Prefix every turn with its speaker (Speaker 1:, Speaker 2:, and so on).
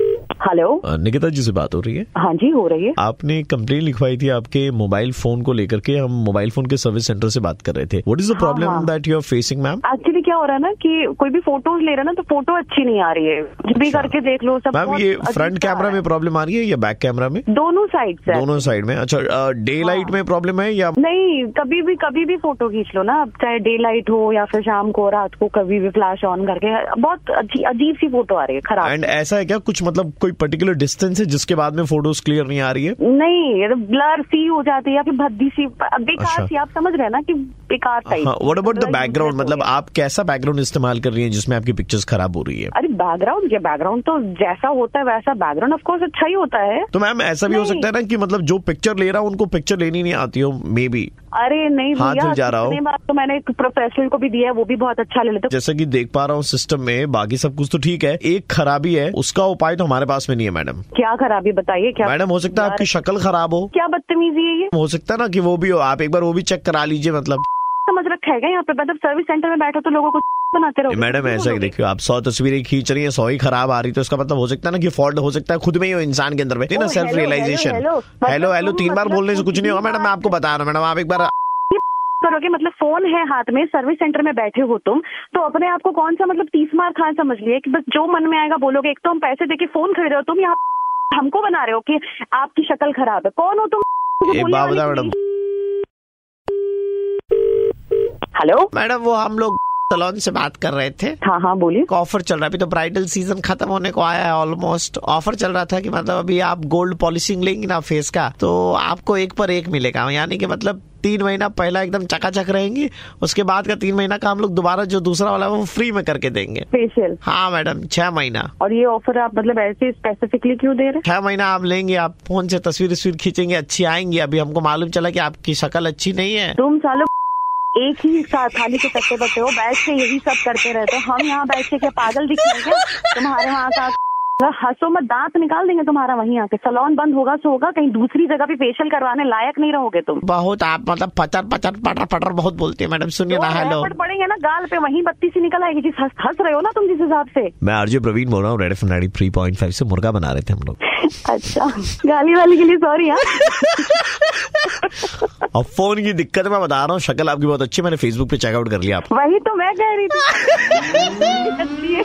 Speaker 1: Hello
Speaker 2: अ, निकिता जी से बात हो रही है
Speaker 1: हाँ जी हो रही है
Speaker 2: आपने कंप्लेन लिखवाई थी आपके मोबाइल फोन को लेकर के हम मोबाइल फोन के सर्विस सेंटर से बात कर रहे थे व्हाट इज द
Speaker 1: हाँ।
Speaker 2: Problem that you are facing ma'am
Speaker 1: actually क्या हो रहा है ना कि कोई भी फोटोज ले रहा है ना तो फोटो अच्छी नहीं आ रही है कुछ भी
Speaker 2: अच्छा।
Speaker 1: करके देख लो सब
Speaker 2: मैम
Speaker 1: बहुत
Speaker 2: ये
Speaker 1: अजीब
Speaker 2: फ्रंट
Speaker 1: सा आ
Speaker 2: कैमरा
Speaker 1: रहा
Speaker 2: में प्रॉब्लम आ रही है या बैक कैमरा में
Speaker 1: है। दोनों साइड से
Speaker 2: दोनों साइड में अच्छा डे
Speaker 1: हाँ।
Speaker 2: लाइट में प्रॉब्लम है या
Speaker 1: नहीं कभी भी कभी भी फोटो खींच लो ना आप चाहे डे लाइट हो या फिर शाम को रात को कभी भी फ्लैश ऑन करके बहुत अजी- अजीब सी फोटो आ रही है खराब
Speaker 2: एंड ऐसा है क्या कुछ मतलब कोई पर्टिकुलर डिस्टेंस है जिसके बाद में फोटोज क्लियर नहीं आ रही है
Speaker 1: नहीं ब्लर सी हो जाती है या फिर भद्दी सी बेकार
Speaker 2: अच्छा। हाँ,
Speaker 1: सी आप समझ रहे हैं ना कि बेकार टाइप
Speaker 2: व्हाट अबाउट द
Speaker 1: मतलब
Speaker 2: बैकग्राउंड
Speaker 1: useless हो
Speaker 2: मतलब
Speaker 1: गया।
Speaker 2: आप कैसा बैकग्राउंड इस्तेमाल कर रही हैं जिसमें आपकी पिक्चर्स खराब हो रही है
Speaker 1: अरे बैकग्राउंड क्या बैकग्राउंड तो जैसा होता है वैसा बैकग्राउंड ऑफकोर्स अच्छा ही होता है
Speaker 2: तो मैम ऐसा भी हो
Speaker 1: नहीं।
Speaker 2: सकता है ना कि मतलब जो पिक्चर ले रहा हूँ उनको पिक्चर लेनी नहीं आती हो मे बी
Speaker 1: अरे नहीं
Speaker 2: हाथ
Speaker 1: भैया
Speaker 2: धुल जा रहा हो।
Speaker 1: कितने बार तो मैंने एक प्रोफेशनल को भी दिया है वो भी बहुत अच्छा ले लेते
Speaker 2: जैसा कि देख पा रहा हूँ सिस्टम में बाकी सब कुछ तो ठीक है एक खराबी है उसका उपाय तो हमारे पास में नहीं है मैडम
Speaker 1: क्या खराबी बताइए क्या
Speaker 2: मैडम हो सकता है आपकी शक्ल खराब हो
Speaker 1: क्या बदतमीजी है ये
Speaker 2: हो सकता है ना कि वो भी हो आप एक बार वो भी चेक करा लीजिए मतलब
Speaker 1: समझ रखा है क्या यहाँ पे मतलब सर्विस सेंटर में बैठो तो लोगों को बनाते रहो
Speaker 2: मैडम ऐसा ही देखियो आप सौ तस्वीरें खींच रही हैं सौ ही खराब आ रही तो इसका मतलब हो सकता है ना कि फॉल्ट हो सकता है खुद में ही हो इंसान के अंदर में नहीं ना
Speaker 1: ओ,
Speaker 2: self
Speaker 1: hello,
Speaker 2: realisation
Speaker 1: hello, hello। मतलब
Speaker 2: हेलो हेलो
Speaker 1: तुम
Speaker 2: तीन बार
Speaker 1: मतलब
Speaker 2: बोलने से
Speaker 1: तुम
Speaker 2: कुछ नहीं होगा
Speaker 1: तीन
Speaker 2: मैडम मैं
Speaker 1: बार-
Speaker 2: आपको बता रहा हूँ मैडम आप एक बार
Speaker 1: करोगे मतलब फोन है हाथ में सर्विस सेंटर में बैठे हो तुम तो अपने आप को कौन सा मतलब तीस मार खान समझ लिए कि बस जो मन में आएगा बोलोगे एक तो हम पैसे देके फोन खरीद रहे हो तुम यहाँ हमको बना रहे हो कि आपकी शक्ल खराब है कौन हो तुम मुझे
Speaker 2: एक
Speaker 1: बोलने
Speaker 2: बात
Speaker 1: वाली
Speaker 2: बताओ
Speaker 1: कोई
Speaker 2: मैडम।
Speaker 1: नहीं। हेलो
Speaker 2: मैडम वो हम लोग सलोन से बात कर रहे थे
Speaker 1: हाँ हाँ बोलिए
Speaker 2: एक ऑफर चल रहा है अभी तो ब्राइडल सीजन खत्म होने को आया है ऑलमोस्ट ऑफर चल रहा था कि मतलब अभी आप गोल्ड पॉलिशिंग लेंगी ना फेस का तो आपको एक पर एक मिलेगा यानी कि मतलब तीन महीना पहला एकदम चकाचक रहेंगी उसके बाद का तीन महीना का हम लोग दोबारा जो दूसरा वाला है, वो फ्री में करके देंगे
Speaker 1: फेशियल
Speaker 2: हाँ मैडम छह महीना
Speaker 1: और ये ऑफर आप मतलब ऐसे स्पेसिफिकली क्यों दे रहे
Speaker 2: छह महीना आप लेंगे आप फोन से तस्वीर तस्वीर खींचेंगे अच्छी आएंगी अभी हमको मालूम चला कि आपकी शक्ल अच्छी नहीं है
Speaker 1: तुम सालों एक ही साथ थाली के पत्ते पत्ते हो बैठ के यही सब करते रहते हो हम यहाँ बैठ के क्या पागल दिखेंगे तुम्हारे वहाँ का हंसो मत दांत निकाल देंगे तुम्हारा वहीं आके सलोन बंद होगा सो होगा कहीं दूसरी जगह भी फेशियल करवाने लायक नहीं रहोगे तुम
Speaker 2: बहुत आप मतलब पचर पचर पटर पटर बहुत बोलते हैं मैडम सुनिए ना हेलो
Speaker 1: रैपट पड़ेंगे ना गाल पे वहीं बत्ती सी निकल आएगी जिस हंस हंस रहे हो ना तुम जिस हिसाब से
Speaker 2: मैं आरजे प्रवीण बोल रहा हूँ red F three point five से मुर्गा बना रहे थे हम लोग
Speaker 1: अच्छा गाली वाली के लिए हाँ। सॉरी हाँ
Speaker 2: और फोन की दिक्कत मैं बता रहा हूँ शक्ल आपकी बहुत अच्छी है, मैंने फेसबुक पे चेकआउट कर लिया आप
Speaker 1: वही तो मैं कह रही थी अच्छी है।